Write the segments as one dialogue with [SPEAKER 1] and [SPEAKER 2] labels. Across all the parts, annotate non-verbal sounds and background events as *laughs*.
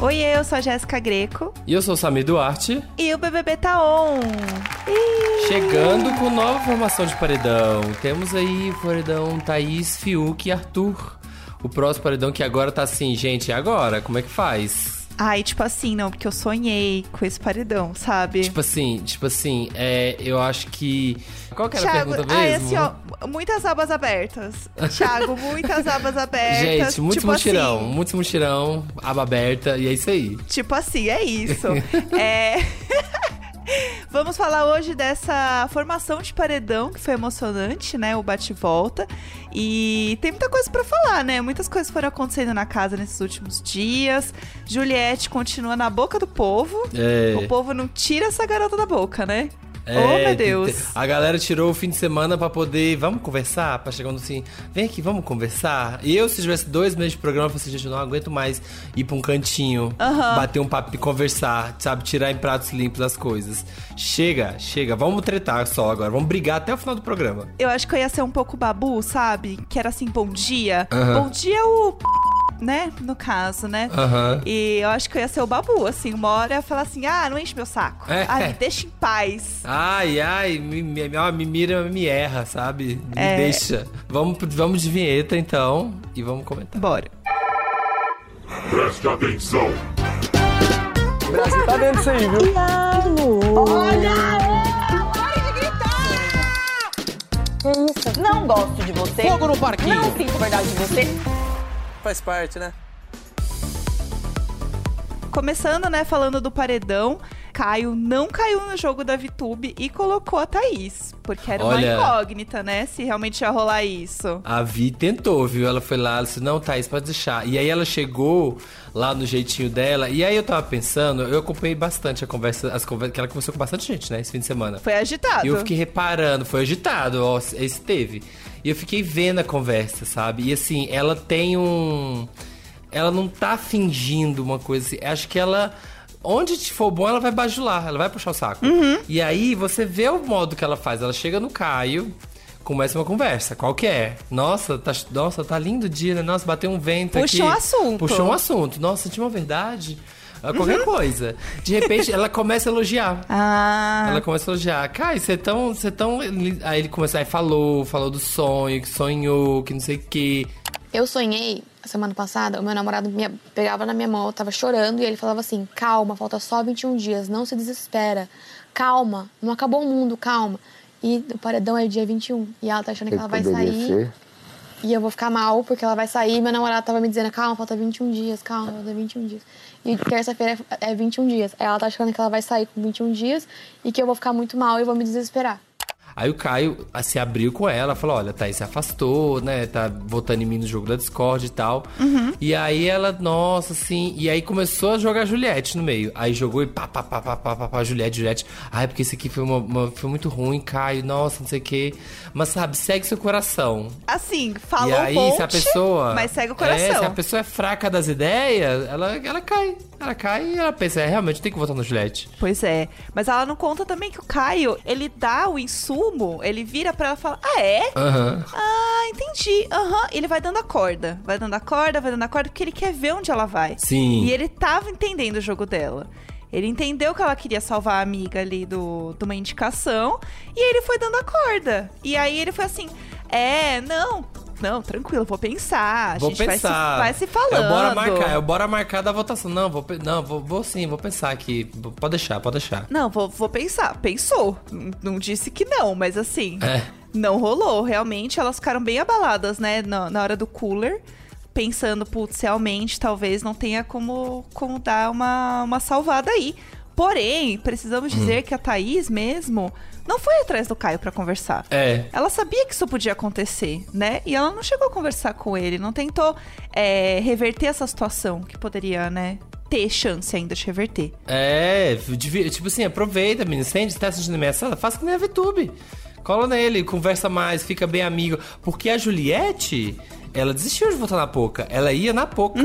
[SPEAKER 1] Oi, eu sou a Jéssica Greco
[SPEAKER 2] E eu sou o Samir Duarte,
[SPEAKER 1] e o BBB tá on. Ih,
[SPEAKER 2] chegando com nova formação de paredão. Temos aí paredão Thaís, Fiuk e Arthur. O próximo paredão que agora tá assim, gente, e agora? Como é que faz?
[SPEAKER 1] Ai, tipo assim, não, porque eu sonhei com esse paredão, sabe?
[SPEAKER 2] Tipo assim, tipo assim, é, eu acho que. Qual que era a pergunta mesmo?
[SPEAKER 1] ai, assim, ó, muitas abas
[SPEAKER 2] *laughs*
[SPEAKER 1] abertas. Thiago, muitas abas abertas.
[SPEAKER 2] Gente, muitos
[SPEAKER 1] tipo
[SPEAKER 2] mutirão,
[SPEAKER 1] Assim,
[SPEAKER 2] muitos mutirão, aba aberta, e é isso aí.
[SPEAKER 1] tipo assim, é
[SPEAKER 2] *laughs*
[SPEAKER 1] isso. é. *laughs* Vamos falar hoje dessa formação de paredão que foi emocionante, né? O bate-volta. E tem muita coisa pra falar, né? Muitas coisas foram acontecendo na casa nesses últimos dias. Juliette continua na boca do povo.
[SPEAKER 2] É.
[SPEAKER 1] O povo não tira essa garota da boca, né?
[SPEAKER 2] É,
[SPEAKER 1] oh, meu
[SPEAKER 2] tem-
[SPEAKER 1] Deus.
[SPEAKER 2] A galera tirou o fim de semana pra poder. Vamos conversar? Pra chegando assim, vem aqui, vamos conversar. E eu, se tivesse dois meses de programa, eu falei assim, gente, eu não aguento mais ir pra um cantinho,
[SPEAKER 1] Aham.
[SPEAKER 2] bater um papo e conversar, sabe? Tirar em pratos limpos as coisas. Chega, chega, vamos tretar só agora, vamos brigar até o final do programa.
[SPEAKER 1] Eu acho que eu ia ser um pouco babu, sabe? Que era assim, bom dia.
[SPEAKER 2] Aham.
[SPEAKER 1] Bom dia, o. p****, né? No caso, né?
[SPEAKER 2] Aham.
[SPEAKER 1] E eu acho que eu ia ser o babu, assim, uma hora eu ia falar assim: ah, não enche meu saco.
[SPEAKER 2] É.
[SPEAKER 1] Ah, me deixa em paz.
[SPEAKER 2] Ai, ai, me, me, ó, me mira, me erra, sabe? Me
[SPEAKER 1] É.
[SPEAKER 2] deixa. Vamos, vamos de vinheta então e vamos comentar.
[SPEAKER 1] Bora.
[SPEAKER 3] Preste atenção.
[SPEAKER 4] Brasil tá dentro disso aí, viu?
[SPEAKER 5] Não gosto de você.
[SPEAKER 4] Fogo no parquinho.
[SPEAKER 5] Não sinto verdade de você.
[SPEAKER 4] Faz parte, né?
[SPEAKER 1] Começando, né, falando do paredão. Caio não caiu no jogo da VTube e colocou a Thaís. Porque era
[SPEAKER 2] Olha.
[SPEAKER 1] uma incógnita, né? Se realmente ia rolar isso.
[SPEAKER 2] A Vi tentou, viu? Ela foi lá, ela disse, não, Thaís, pode deixar. E aí ela chegou lá no jeitinho dela, e aí eu tava pensando, eu acompanhei bastante a conversa, as conversas, que ela conversou com bastante gente, né, esse fim de semana.
[SPEAKER 1] Foi agitado.
[SPEAKER 2] E eu fiquei reparando, foi agitado, ó, esse teve. E eu fiquei vendo a conversa, sabe? E assim, ela tem um. Ela não tá fingindo uma coisa assim. Acho que ela. Onde te for bom, ela vai bajular, ela vai puxar o saco. E aí você vê o modo que ela faz. Ela chega no Caio, começa uma conversa. Qual que é? Nossa, tá, nossa, tá lindo o dia, né? Nossa, bateu um vento
[SPEAKER 1] Puxou
[SPEAKER 2] aqui.
[SPEAKER 1] um assunto. Uhum.
[SPEAKER 2] Puxou um assunto. Nossa, tinha uma verdade. Ah, Qualquer coisa. De repente, ela começa a elogiar.
[SPEAKER 1] Ah.
[SPEAKER 2] Ela começa a elogiar. Kai, você é tão. Você é tão. li-" Aí ele começou, aí falou, falou do sonho, que sonhou, que não sei o quê.
[SPEAKER 6] Eu sonhei, a semana passada, o meu namorado me pegava na minha mão, eu tava chorando, e ele falava assim: calma, falta só 21 dias, não se desespera. Calma, não acabou o mundo, calma. E o paredão é dia 21. E ela tá achando que, ela vai sair. E eu vou ficar mal, porque ela vai sair. Meu namorado tava me dizendo, calma, falta 21 dias, calma, falta 21 dias. E terça-feira é é 21 dias. Aí ela tá achando que ela vai sair com 21 dias e que eu vou ficar muito mal e vou me desesperar.
[SPEAKER 2] Aí o Caio ah, se abriu com ela, falou: olha, Thaís se afastou, né? Tá votando em mim no jogo da Discord e tal.
[SPEAKER 1] Uhum.
[SPEAKER 2] E aí ela, nossa, assim. E aí começou a jogar a Juliette no meio. Aí jogou e pá, pá, pá, pá, pá, pá, pá Juliette, Juliette. Ai, porque isso aqui foi, uma, uma- foi muito ruim, Caio, nossa, não sei o quê. Mas sabe, segue seu coração.
[SPEAKER 1] Assim, falou
[SPEAKER 2] e aí,
[SPEAKER 1] um monte,
[SPEAKER 2] se a pessoa.
[SPEAKER 1] mas segue o
[SPEAKER 2] É, se a
[SPEAKER 1] coração.
[SPEAKER 2] pessoa é fraca das ideias, ela, ela cai. Ela cai e ela pensa, é, realmente tem que votar no Juliette.
[SPEAKER 1] Pois é. Mas ela não conta também que o Caio, ele dá o insumo, ele vira pra ela e fala, ah, é?
[SPEAKER 2] Aham.
[SPEAKER 1] Ah, entendi. Aham. Ele vai dando a corda. Vai dando a corda, vai dando a corda, porque ele quer ver onde ela vai.
[SPEAKER 2] Sim.
[SPEAKER 1] E ele tava entendendo o jogo dela. Ele entendeu que ela queria salvar a amiga ali do, de uma indicação. E ele foi dando a corda. E aí ele foi assim: É, não, não, tranquilo, vou pensar. A
[SPEAKER 2] Vou
[SPEAKER 1] gente
[SPEAKER 2] pensar.
[SPEAKER 1] Vai, se, vai se falando.
[SPEAKER 2] É, bora marcar, é, bora marcar da votação. Não, vou, pe- não vou, vou sim, vou pensar aqui. P- Pode deixar, pode deixar.
[SPEAKER 1] Não, vou, vou pensar. Pensou. N- Não disse que não, mas assim.
[SPEAKER 2] É.
[SPEAKER 1] Não rolou. Realmente, elas ficaram bem abaladas, né? Na, na hora do cooler. Pensando, putz, realmente, talvez não tenha como, como dar uma, uma salvada aí. Porém, precisamos
[SPEAKER 2] Hum.
[SPEAKER 1] dizer que a Thaís mesmo não foi atrás do Caio pra conversar.
[SPEAKER 2] É.
[SPEAKER 1] Ela sabia que isso podia acontecer, né? E ela não chegou a conversar com ele, não tentou é, reverter essa situação que poderia, né? Ter chance ainda de reverter.
[SPEAKER 2] É, devia- tipo assim, aproveita, menino. Sente, tá assistindo ameaçada? Faz que nem a VTube. Cola nele, conversa mais, fica bem amigo. Porque a Juliette, ela desistiu de votar na Poca. Ela ia na Poca.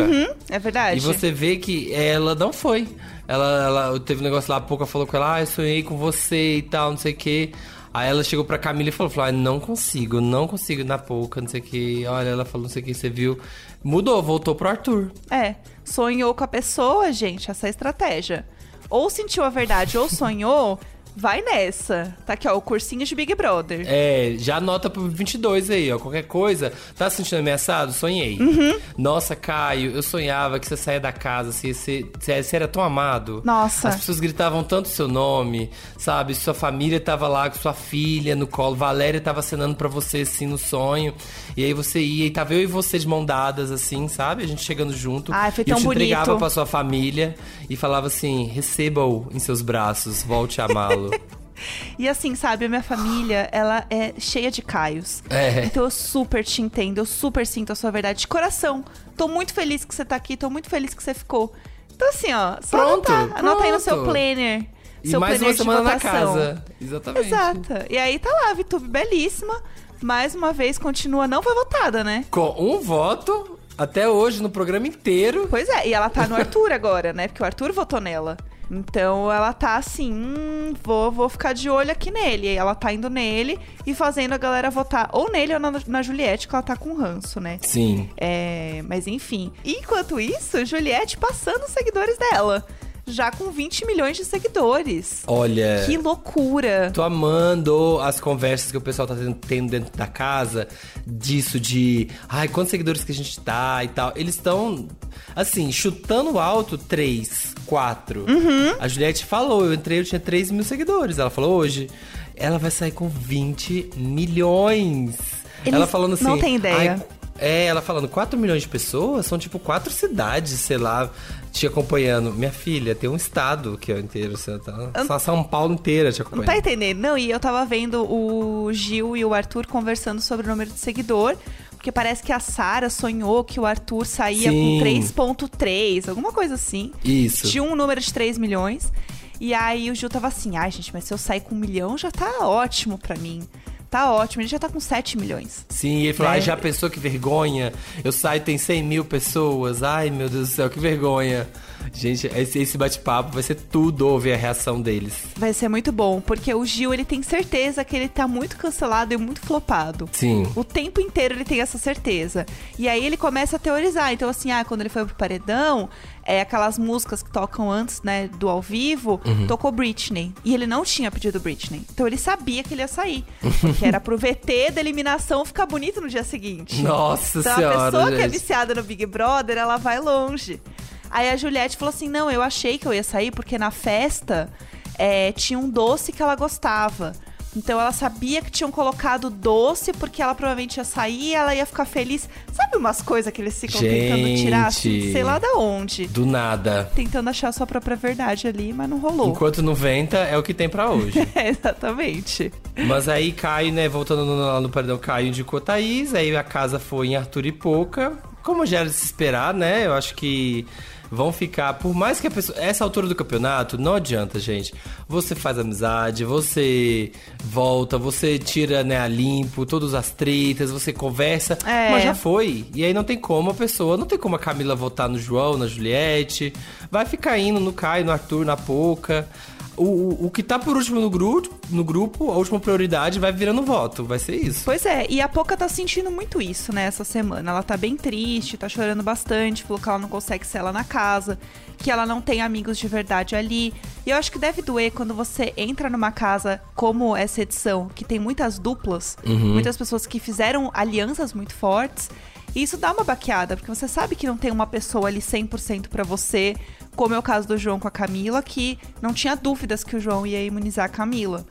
[SPEAKER 1] É verdade.
[SPEAKER 2] E você vê que ela não foi. Ela, ela teve um negócio lá, a Poca falou com ela, ah, eu sonhei com você e tal, não sei o quê. Aí ela chegou pra Camila e falou, falou, "Ah, não consigo, não consigo na pouca, não sei o que. Olha, ela falou, não sei o que, você viu. Mudou, voltou pro Arthur.
[SPEAKER 1] É, sonhou com a pessoa, gente, essa é a estratégia. Ou sentiu a verdade ou sonhou, vai nessa. Tá aqui, ó, o cursinho de Big Brother.
[SPEAKER 2] É, já anota pro 22 aí, ó. Qualquer coisa. Tá se sentindo ameaçado? Sonhei.
[SPEAKER 1] Uhum.
[SPEAKER 2] Nossa, Caio, eu sonhava que você saia da casa, assim, você, você- você era tão amado.
[SPEAKER 1] Nossa.
[SPEAKER 2] As pessoas gritavam tanto seu nome, sabe? Sua família tava lá com sua filha no colo. Valéria tava acenando pra você, assim, no sonho. E aí você ia e tava eu e você de mão dadas, assim, sabe? A gente chegando junto.
[SPEAKER 1] Ai, foi
[SPEAKER 2] e eu
[SPEAKER 1] tão
[SPEAKER 2] te entregava
[SPEAKER 1] bonito.
[SPEAKER 2] pra sua família e falava assim, receba-o em seus braços, volte
[SPEAKER 1] *laughs*
[SPEAKER 2] a amá-lo.
[SPEAKER 1] E assim, sabe, a minha família, ela é cheia de caios.
[SPEAKER 2] É.
[SPEAKER 1] Então eu super te entendo, eu super sinto a sua verdade de coração. Tô muito feliz que você tá aqui, tô muito feliz que você ficou. Então assim, ó, só
[SPEAKER 2] Pronto,
[SPEAKER 1] anotar. Anota aí no seu
[SPEAKER 2] pronto.
[SPEAKER 1] planner.
[SPEAKER 2] E
[SPEAKER 1] seu
[SPEAKER 2] mais
[SPEAKER 1] planner
[SPEAKER 2] uma
[SPEAKER 1] de
[SPEAKER 2] semana na
[SPEAKER 1] votação.
[SPEAKER 2] casa. Exatamente.
[SPEAKER 1] Exato. E aí tá lá, a Vitube belíssima. Mais uma vez, continua, não foi votada, né?
[SPEAKER 2] Com um voto até hoje no programa inteiro.
[SPEAKER 1] Pois é, e ela tá no Arthur agora, né? Porque o Arthur votou nela. Então ela tá assim, hum, vou, vou ficar de olho aqui nele. E ela tá indo nele e fazendo a galera votar ou nele ou na, na Juliette, que ela tá com ranço, né?
[SPEAKER 2] Sim.
[SPEAKER 1] É, mas enfim. Enquanto isso, Juliette passando os seguidores dela. Já com 20 milhões de seguidores.
[SPEAKER 2] Olha.
[SPEAKER 1] Que loucura.
[SPEAKER 2] Tô amando as conversas que o pessoal tá tendo, tendo dentro da casa, disso de, ai, quantos seguidores que a gente tá e tal. Eles estão, assim, chutando alto três, quatro.
[SPEAKER 1] Uhum.
[SPEAKER 2] A Juliette falou, eu entrei, eu tinha 3 mil seguidores. Ela falou hoje, ela vai sair com 20 milhões.
[SPEAKER 1] Eles
[SPEAKER 2] ela falando assim.
[SPEAKER 1] não têm ideia.
[SPEAKER 2] "Ai, É, ela falando, 4 milhões de pessoas são tipo quatro cidades, sei lá, te acompanhando. Minha filha, tem um estado que é inteiro, você tá, só São Paulo inteira te acompanhando.
[SPEAKER 1] Tá entendendo? Não, e eu tava vendo o Gil e o Arthur conversando sobre o número de seguidor, porque parece que a Sara sonhou que o Arthur saía
[SPEAKER 2] Sim.
[SPEAKER 1] com 3.3, alguma coisa assim.
[SPEAKER 2] Isso.
[SPEAKER 1] Tinha um número de 3 milhões. E aí o Gil tava assim, ai gente, mas se eu sair com um milhão já tá ótimo pra mim. Tá ótimo, ele já tá com 7 milhões.
[SPEAKER 2] Sim, ele falou,
[SPEAKER 1] Né?
[SPEAKER 2] ai, já pensou que vergonha? Eu saio tem 100 mil pessoas, ai meu Deus do céu, que vergonha. Gente, esse, esse bate-papo vai ser tudo ouvir a reação deles.
[SPEAKER 1] Vai ser muito bom, porque o Gil, ele tem certeza que ele tá muito cancelado e muito flopado.
[SPEAKER 2] Sim.
[SPEAKER 1] O tempo inteiro ele tem essa certeza. E aí ele começa a teorizar. Então, assim, ah, quando ele foi pro paredão, é, aquelas músicas que tocam antes, né, do ao vivo,
[SPEAKER 2] Uhum.
[SPEAKER 1] tocou Britney. E ele não tinha pedido Britney. Então ele sabia que ele ia sair. Porque era pro VT da eliminação ficar bonito no dia seguinte.
[SPEAKER 2] *laughs* Nossa
[SPEAKER 1] Então
[SPEAKER 2] senhora,
[SPEAKER 1] a pessoa que é
[SPEAKER 2] gente.
[SPEAKER 1] viciada no Big Brother, ela vai longe. Aí a Juliette falou assim: não, eu achei que eu ia sair, porque na festa é, tinha um doce que ela gostava. Então ela sabia que tinham colocado doce, porque ela provavelmente ia sair e ela ia ficar feliz. Sabe umas coisas que eles ficam tentando tirar, assim,
[SPEAKER 2] Gente.
[SPEAKER 1] sei lá da onde.
[SPEAKER 2] Do nada.
[SPEAKER 1] Tentando achar a sua própria verdade ali, mas não rolou.
[SPEAKER 2] Enquanto não venta, é o que tem pra hoje.
[SPEAKER 1] *laughs* É, exatamente.
[SPEAKER 2] Mas aí Caio, né, voltando no- lá no paredão, Caio indicou Thaís, aí a casa foi em Arthur e Pouca. Como já era de se esperar, né? Eu acho que vão ficar, por mais que a pessoa. Essa altura do campeonato, não adianta, gente. Você faz amizade, você volta, você tira, né, a limpo, todas as tretas, você conversa.
[SPEAKER 1] É.
[SPEAKER 2] Mas já foi. E aí não tem como a pessoa, não tem como a Camila votar no João, na Juliette. Vai ficar indo no Caio, no Arthur, na Pouca. O, o, o que tá por último no grupo, no grupo, a última prioridade vai virando voto. Vai ser isso.
[SPEAKER 1] Pois é, e a Poca tá sentindo muito isso, né, essa semana. Ela tá bem triste, tá chorando bastante, falou que ela não consegue ser ela na casa, que ela não tem amigos de verdade ali. E eu acho que deve doer quando você entra numa casa como essa edição, que tem muitas duplas, muitas pessoas que fizeram alianças muito fortes. E isso dá uma baqueada, porque você sabe que não tem uma pessoa ali 100% pra você, como é o caso do João com a Camila, que não tinha dúvidas que o João ia imunizar a Camila.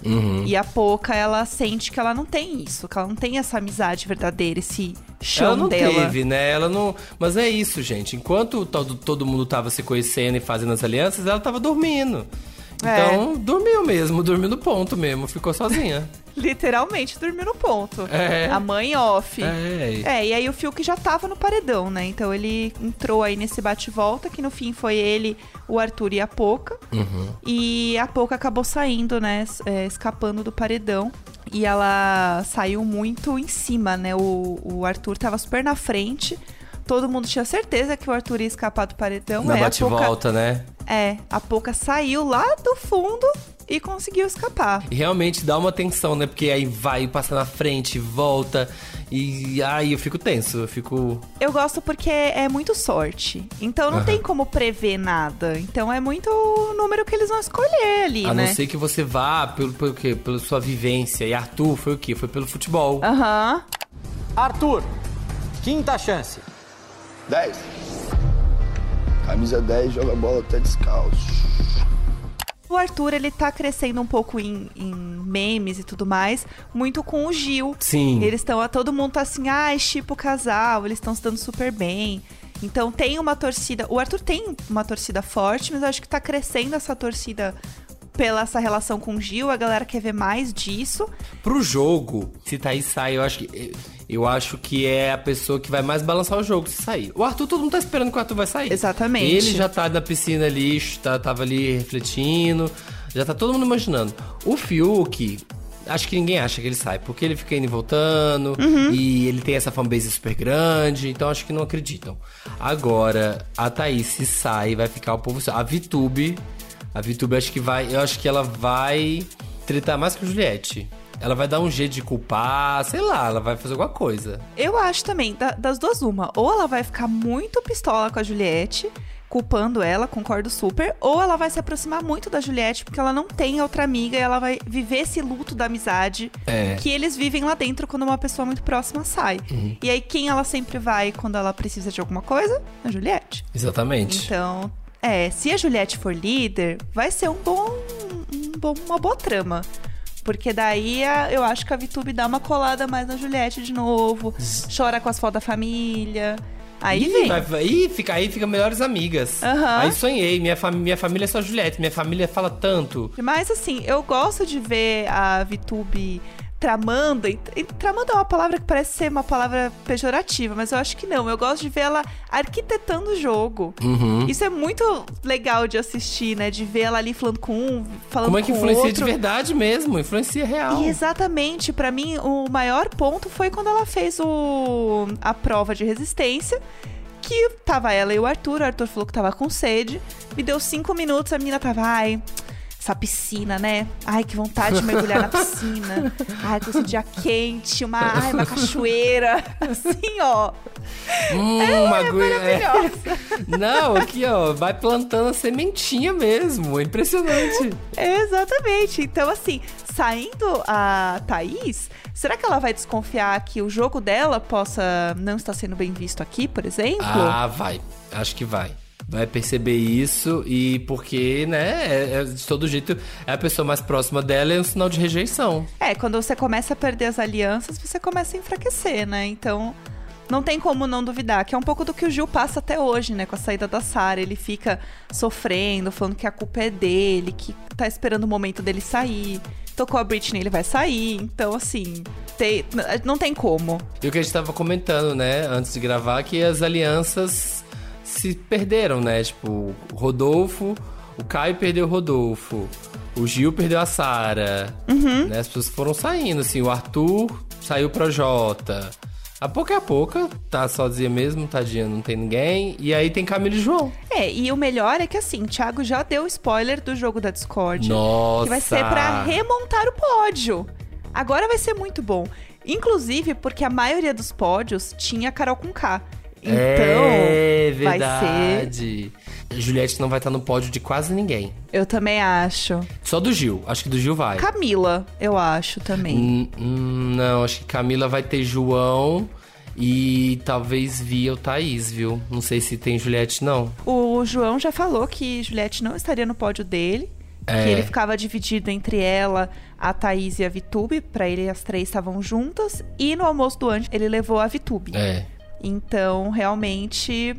[SPEAKER 1] E a Poca, ela sente que ela não tem isso, que ela não tem essa amizade verdadeira, esse chão
[SPEAKER 2] Ela não
[SPEAKER 1] dela.
[SPEAKER 2] teve, né? Ela não. Mas é isso, gente. Enquanto todo, todo mundo tava se conhecendo e fazendo as alianças, ela tava dormindo.
[SPEAKER 1] É.
[SPEAKER 2] Então, dormiu mesmo, dormiu no ponto mesmo, ficou sozinha.
[SPEAKER 1] Literalmente dormiu no ponto.
[SPEAKER 2] É.
[SPEAKER 1] A mãe off.
[SPEAKER 2] É.
[SPEAKER 1] É, e aí o Fiuk já tava no paredão, né? Então ele entrou aí nesse bate-volta, que no fim foi ele, o Arthur e a Poca.
[SPEAKER 2] Uhum.
[SPEAKER 1] E a Poca acabou saindo, né? es- é, escapando do paredão. E ela saiu muito em cima, né? O, o Arthur tava super na frente. Todo mundo tinha certeza que o Arthur ia escapar do paredão.
[SPEAKER 2] Na
[SPEAKER 1] aí a Poca-
[SPEAKER 2] bate-volta, né?
[SPEAKER 1] é, a Poca saiu lá do fundo e conseguiu escapar.
[SPEAKER 2] E realmente dá uma tensão, né? Porque aí vai, passa na frente, volta. E aí eu fico tenso, eu fico.
[SPEAKER 1] Eu gosto porque é muito sorte. Então não tem como prever nada. Então é muito o número que eles vão escolher ali,
[SPEAKER 2] a
[SPEAKER 1] né?
[SPEAKER 2] não ser que você vá pelo, pelo quê? Pela sua vivência. E Arthur foi o quê? Foi pelo futebol.
[SPEAKER 1] Ah. Aham.
[SPEAKER 7] Arthur, quinta chance.
[SPEAKER 8] 10. Camisa 10 joga bola até descalço.
[SPEAKER 1] O Arthur, ele tá crescendo um pouco em, em memes e tudo mais, muito com o Gil.
[SPEAKER 2] Sim.
[SPEAKER 1] Eles estão, todo mundo tá assim, ah, tipo casal, eles estão se dando super bem. Então tem uma torcida. O Arthur tem uma torcida forte, mas eu acho que tá crescendo essa torcida pela essa relação com o Gil. A galera quer ver mais disso.
[SPEAKER 2] Pro jogo, se Thaís sai, eu acho que. Eu acho que é a pessoa que vai mais balançar o jogo se sair. O Arthur, todo mundo tá esperando que o Arthur vai sair.
[SPEAKER 1] Exatamente.
[SPEAKER 2] Ele já tá na piscina ali, tá- tava ali refletindo. Já tá todo mundo imaginando. O Fiuk. Acho que ninguém acha que ele sai, porque ele fica indo e voltando, e ele tem essa fanbase super grande, então acho que não acreditam. Agora, a Thaís se sai, vai ficar o povo. só. A Vitube, a Vitube acho que vai. Eu acho que ela vai tretar mais que o Juliette. Ela vai dar um jeito de culpar, sei lá, ela vai fazer alguma coisa.
[SPEAKER 1] Eu acho também, da- das duas, uma. Ou ela vai ficar muito pistola com a Juliette, culpando ela, concordo super. Ou ela vai se aproximar muito da Juliette, porque ela não tem outra amiga e ela vai viver esse luto da amizade
[SPEAKER 2] É.
[SPEAKER 1] que eles vivem lá dentro quando uma pessoa muito próxima sai. E aí, quem ela sempre vai quando ela precisa de alguma coisa? A Juliette.
[SPEAKER 2] Exatamente.
[SPEAKER 1] Então, é, se a Juliette for líder, vai ser um bom, um bom- uma boa trama. Porque daí a- eu acho que a Vitube dá uma colada mais na Juliette de novo, chora com as fotos da família. Aí
[SPEAKER 2] Ih,
[SPEAKER 1] vem.
[SPEAKER 2] vai- vai- Ih, fica, aí fica melhores amigas.
[SPEAKER 1] Aham.
[SPEAKER 2] Aí sonhei, minha, fam- minha família é só Juliette, minha família fala tanto.
[SPEAKER 1] Mas assim, eu gosto de ver a Vitube tramando. E, e tramando é uma palavra que parece ser uma palavra pejorativa, mas eu acho que não. Eu gosto de ver ela arquitetando o jogo.
[SPEAKER 2] Uhum.
[SPEAKER 1] Isso é muito legal de assistir, né? De ver ela ali falando com um, falando
[SPEAKER 2] Como é
[SPEAKER 1] com
[SPEAKER 2] que
[SPEAKER 1] o
[SPEAKER 2] influencia de
[SPEAKER 1] outro.
[SPEAKER 2] verdade mesmo? Influencia real.
[SPEAKER 1] E exatamente, pra mim o maior ponto foi quando ela fez o a prova de resistência, que tava ela e o Arthur, o Arthur falou que tava com sede, me deu cinco minutos, a menina tava, ai, essa piscina, né? Ai, que vontade de mergulhar na piscina. Ai, com esse dia quente, uma, ai, uma cachoeira. *laughs* Assim, ó.
[SPEAKER 2] Hum, uma agulha- é.
[SPEAKER 1] Maravilhosa.
[SPEAKER 2] Não, aqui ó, vai plantando a sementinha mesmo.
[SPEAKER 1] *laughs*
[SPEAKER 2] É impressionante.
[SPEAKER 1] Exatamente. Então, assim, saindo a Thaís, será que ela vai desconfiar que o jogo dela possa não estar sendo bem visto aqui, por exemplo?
[SPEAKER 2] ah, vai. Acho que vai. Vai perceber isso e porque, né, é- é- de todo jeito, é a pessoa mais próxima dela é um sinal de rejeição.
[SPEAKER 1] É, quando você começa a perder as alianças, você começa a enfraquecer, né? Então, não tem como não duvidar, que é um pouco do que o Gil passa até hoje, né? Com a saída da Sarah. Ele fica sofrendo, falando que a culpa é dele, que tá esperando o momento dele sair. Tocou a Britney, ele vai sair. Então, assim, tem- não tem como.
[SPEAKER 2] E o que a gente tava comentando, né, antes de gravar, que as alianças se perderam, né? Tipo, o Rodolfo, o Caio perdeu o Rodolfo, o Gil perdeu a Sara.
[SPEAKER 1] Uhum.
[SPEAKER 2] Né? As pessoas foram saindo, assim, o Arthur saiu pro Jota. A pouco a pouco, tá sozinha mesmo, tadinha, não tem ninguém. E aí tem Camila e João.
[SPEAKER 1] É, e o melhor é que assim, o Thiago já deu spoiler do jogo da Discord.
[SPEAKER 2] Nossa!
[SPEAKER 1] Que vai ser pra remontar o pódio. Agora vai ser muito bom. Inclusive, porque a maioria dos pódios tinha Carol com K. Então,
[SPEAKER 2] é,
[SPEAKER 1] vai ser.
[SPEAKER 2] verdade. Juliette não vai estar no pódio de quase ninguém.
[SPEAKER 1] Eu também acho.
[SPEAKER 2] Só do Gil. Acho que do Gil vai.
[SPEAKER 1] Camila, eu acho também.
[SPEAKER 2] Hum, hum, Não, acho que Camila vai ter João e talvez Via ou Thaís, viu? Não sei se tem Juliette, não.
[SPEAKER 1] O João já falou que Juliette não estaria no pódio dele.
[SPEAKER 2] É.
[SPEAKER 1] Que ele ficava dividido entre ela, a Thaís e a Vitube. Pra ele, as três estavam juntas. E no almoço do anjo, ele levou a Vitube.
[SPEAKER 2] É.
[SPEAKER 1] Então, realmente,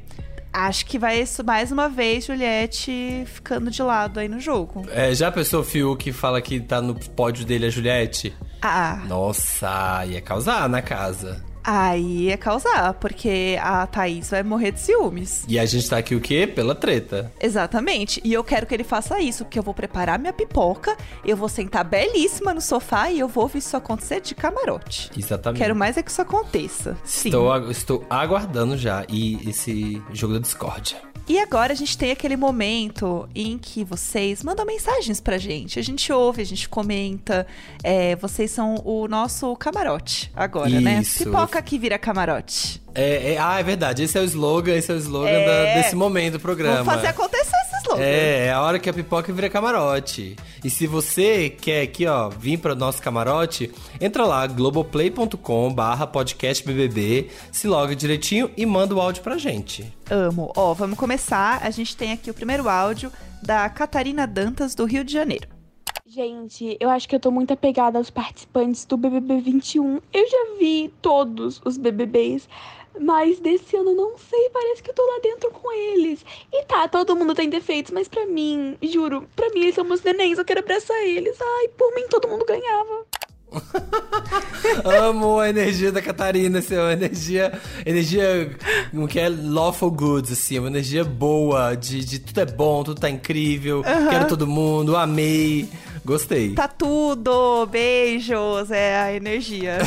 [SPEAKER 1] acho que vai isso mais uma vez, Juliette ficando de lado aí no jogo.
[SPEAKER 2] é já pensou o Fiuk fala que tá no pódio dele a Juliette?
[SPEAKER 1] Ah,
[SPEAKER 2] Nossa, ia causar na casa.
[SPEAKER 1] aí é causar, porque a Thaís vai morrer de ciúmes.
[SPEAKER 2] E a gente tá aqui o quê? Pela treta.
[SPEAKER 1] Exatamente. E eu quero que ele faça isso, porque eu vou preparar minha pipoca, eu vou sentar belíssima no sofá e eu vou ver isso acontecer de camarote.
[SPEAKER 2] Exatamente.
[SPEAKER 1] Quero mais é que isso aconteça. Sim.
[SPEAKER 2] estou, agu- estou aguardando já e esse jogo da discórdia.
[SPEAKER 1] E agora a gente tem aquele momento em que vocês mandam mensagens pra gente. A gente ouve, a gente comenta. É, vocês são o nosso camarote agora, né?
[SPEAKER 2] Isso.
[SPEAKER 1] Pipoca que vira camarote.
[SPEAKER 2] É, é- ah, é verdade. Esse é o slogan, esse é o slogan
[SPEAKER 1] É.
[SPEAKER 2] da- desse momento do programa.
[SPEAKER 1] Vamos fazer acontecer esse slogan.
[SPEAKER 2] É, é a hora que a pipoca vira camarote. E se você quer aqui, ó, vir para nosso camarote, entra lá, globoplay.com barra podcast BBB, se loga direitinho e manda o áudio pra gente.
[SPEAKER 1] Amo. Ó, vamos começar. A gente tem aqui o primeiro áudio da Catarina Dantas, do Rio de Janeiro.
[SPEAKER 9] Gente, eu acho que eu tô muito apegada aos participantes do BBB 21. Eu já vi todos os BBBs, mas desse ano eu não sei, parece que eu tô lá dentro com eles. E tá, todo mundo tem defeitos, mas pra mim, juro, pra mim eles são meus nenéns, eu quero abraçar eles. Ai, por mim todo mundo ganhava.
[SPEAKER 2] Amo a energia da Catarina, assim, uma energia. Energia. Como que é? Lawful goods, assim, uma energia boa, de, de tudo é bom, tudo tá incrível, quero todo mundo, amei, gostei.
[SPEAKER 1] Tá tudo! Beijos! É a
[SPEAKER 2] *laughs*
[SPEAKER 1] energia.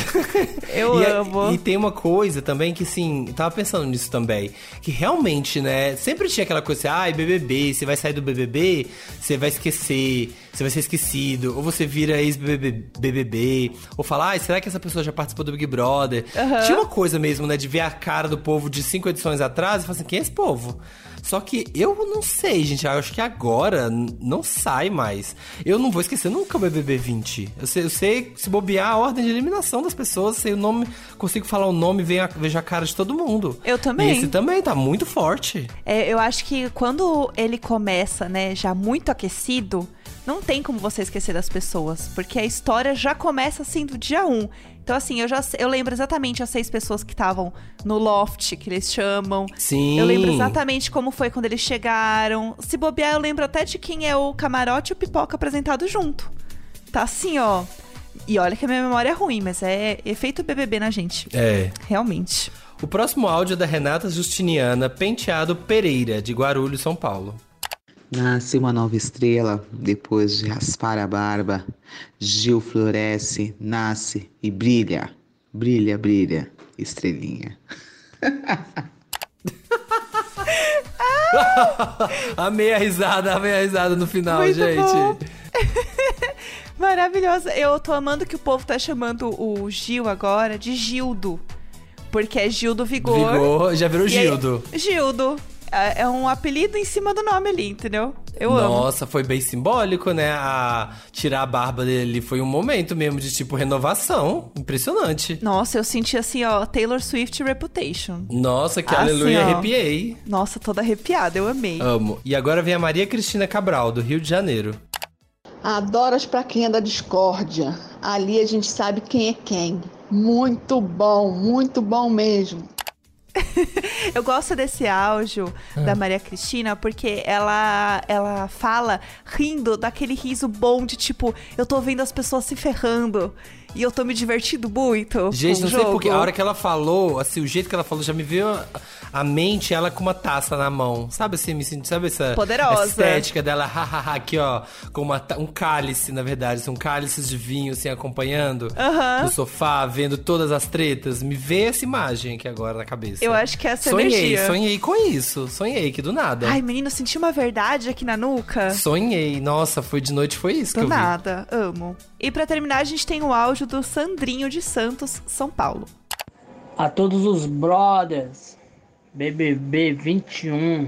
[SPEAKER 1] Eu
[SPEAKER 2] e, é-
[SPEAKER 1] amo.
[SPEAKER 2] e tem uma coisa também que, assim, tava pensando nisso também. Que realmente, né? Sempre tinha aquela coisa assim, ai, BBB, você vai sair do BBB, você vai esquecer, você vai ser esquecido, ou você vira ex-BBB, ou fala, ai, será que essa pessoa já participou do Big Brother? Tinha uma coisa mesmo, né, de ver a cara do povo de cinco edições atrás e falar assim, quem é esse povo? Só que eu não sei, gente. Eu acho que agora n- não sai mais. Eu não vou esquecer nunca o BBB 20. Eu sei, eu sei se bobear a ordem de eliminação das pessoas, sei o nome, consigo falar o nome, vem a- vejo a cara de todo mundo.
[SPEAKER 1] Eu também.
[SPEAKER 2] E esse também tá muito forte.
[SPEAKER 1] É, eu acho que quando ele começa, né, já muito aquecido, não tem como você esquecer das pessoas, porque a história já começa assim do dia 1. Então, assim, eu já sei- eu lembro exatamente as seis pessoas que estavam no loft, que eles chamam.
[SPEAKER 2] Sim.
[SPEAKER 1] Eu lembro exatamente como foi quando eles chegaram. Se bobear, eu lembro até de quem é o camarote e o pipoca apresentado junto. Tá assim, ó. E olha que a minha memória é ruim, mas é efeito BBB na gente.
[SPEAKER 2] É.
[SPEAKER 1] Realmente.
[SPEAKER 2] O próximo áudio é da Renata Justiniana Penteado Pereira, de Guarulhos, São Paulo.
[SPEAKER 10] Nasce uma nova estrela depois de raspar a barba. Gil floresce, nasce e brilha. Brilha, brilha, estrelinha.
[SPEAKER 2] Amei a risada, amei a risada no final,
[SPEAKER 1] Muito
[SPEAKER 2] gente.
[SPEAKER 1] bom. Maravilhosa. Eu tô amando que o povo tá chamando o Gil agora de Gildo. Porque é Gildo Vigor.
[SPEAKER 2] Vigor, já virou
[SPEAKER 1] E aí-
[SPEAKER 2] Gildo.
[SPEAKER 1] Gildo. É é um apelido em cima do nome ali, entendeu? Eu amo.
[SPEAKER 2] Nossa, foi bem simbólico, né? A tirar a barba dele foi um momento mesmo de tipo renovação. Impressionante.
[SPEAKER 1] Nossa, eu senti assim, ó, Taylor Swift Reputation.
[SPEAKER 2] Nossa, que
[SPEAKER 1] Assim,
[SPEAKER 2] aleluia,
[SPEAKER 1] ó.
[SPEAKER 2] arrepiei.
[SPEAKER 1] Nossa, toda arrepiada, eu amei.
[SPEAKER 2] Amo. E agora vem a Maria Cristina Cabral, do Rio de Janeiro.
[SPEAKER 11] Adoro as praquinhas da discórdia. Ali a gente sabe quem é quem. Muito bom, muito bom mesmo.
[SPEAKER 1] Eu gosto desse áudio
[SPEAKER 2] Ah.
[SPEAKER 1] da Maria Cristina porque ela ela fala rindo daquele riso bom de tipo, eu tô vendo as pessoas se ferrando e eu tô me divertindo muito.
[SPEAKER 2] Gente,
[SPEAKER 1] com
[SPEAKER 2] não
[SPEAKER 1] o
[SPEAKER 2] sei
[SPEAKER 1] um jogo.
[SPEAKER 2] porque a hora que ela falou, assim, o jeito que ela falou já me veio a, a mente ela com uma taça na mão. Sabe assim, me sinto, sabe essa
[SPEAKER 1] Poderosa.
[SPEAKER 2] essa estética dela, hahaha, aqui ó, com uma ta- um cálice, na verdade, assim, um cálice de vinho assim acompanhando
[SPEAKER 1] Aham.
[SPEAKER 2] no sofá, vendo todas as tretas. Me veio essa imagem aqui agora na cabeça.
[SPEAKER 1] Eu acho que é essa
[SPEAKER 2] sonhei,
[SPEAKER 1] energia.
[SPEAKER 2] sonhei com isso. Sonhei que do nada.
[SPEAKER 1] Ai, menino, eu senti uma verdade aqui na nuca.
[SPEAKER 2] Sonhei. Nossa, foi de noite foi isso
[SPEAKER 1] Do
[SPEAKER 2] que eu vi.
[SPEAKER 1] nada, amo. E pra terminar, a gente tem o áudio do Sandrinho de Santos, São Paulo.
[SPEAKER 12] A todos os brothers, BBB 21,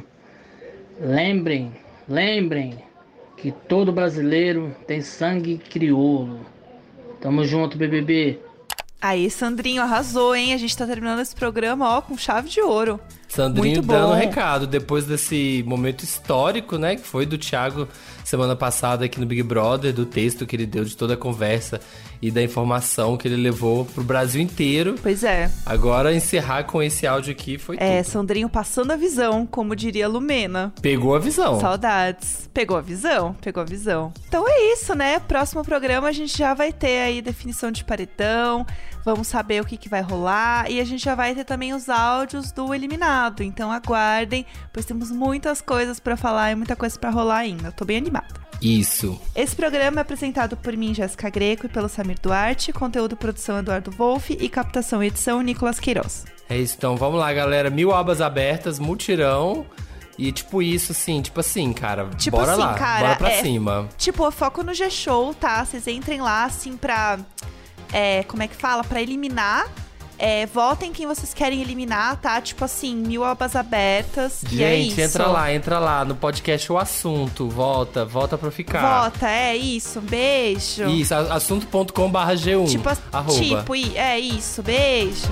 [SPEAKER 12] lembrem, lembrem que todo brasileiro tem sangue crioulo. Tamo junto, BBB.
[SPEAKER 1] Aí, Sandrinho, arrasou, hein? A gente tá terminando esse programa, ó, com chave de ouro.
[SPEAKER 2] Sandrinho
[SPEAKER 1] Muito bom.
[SPEAKER 2] dando um recado depois desse momento histórico, né? Que foi do Thiago semana passada aqui no Big Brother, do texto que ele deu de toda a conversa e da informação que ele levou pro Brasil inteiro.
[SPEAKER 1] Pois é.
[SPEAKER 2] Agora encerrar com esse áudio aqui foi
[SPEAKER 1] É,
[SPEAKER 2] tudo.
[SPEAKER 1] Sandrinho passando a visão, como diria Lumena.
[SPEAKER 2] Pegou a visão.
[SPEAKER 1] Saudades. Pegou a visão? Pegou a visão. Então é isso, né? Próximo programa a gente já vai ter aí definição de paredão, vamos saber o que, que vai rolar e a gente já vai ter também os áudios do eliminado. Então aguardem, pois temos muitas coisas pra falar e muita coisa pra rolar ainda. Eu Tô bem animada.
[SPEAKER 2] Isso.
[SPEAKER 1] Esse programa é apresentado por mim, Jéssica Greco, e pelo Samir Duarte, conteúdo produção Eduardo Wolff e captação e edição Nicolas Queiroz.
[SPEAKER 2] É isso, então vamos lá, galera. Mil abas abertas, mutirão. E tipo isso, assim, tipo assim, cara, tipo bora assim, lá, cara, bora pra
[SPEAKER 1] é,
[SPEAKER 2] cima.
[SPEAKER 1] Tipo, foco no G-Show, tá? Vocês entrem lá, assim, pra... É, como é que fala? Pra eliminar é, votem quem vocês querem eliminar, tá? Tipo assim, mil abas abertas.
[SPEAKER 2] Gente,
[SPEAKER 1] e é isso.
[SPEAKER 2] entra lá, entra lá no podcast o assunto. Volta, volta pra eu ficar.
[SPEAKER 1] Vota, é isso. Beijo.
[SPEAKER 2] Isso, assunto.com/g1.
[SPEAKER 1] Tipo,
[SPEAKER 2] uh, arroba.
[SPEAKER 1] tipo, i- é isso. Beijo.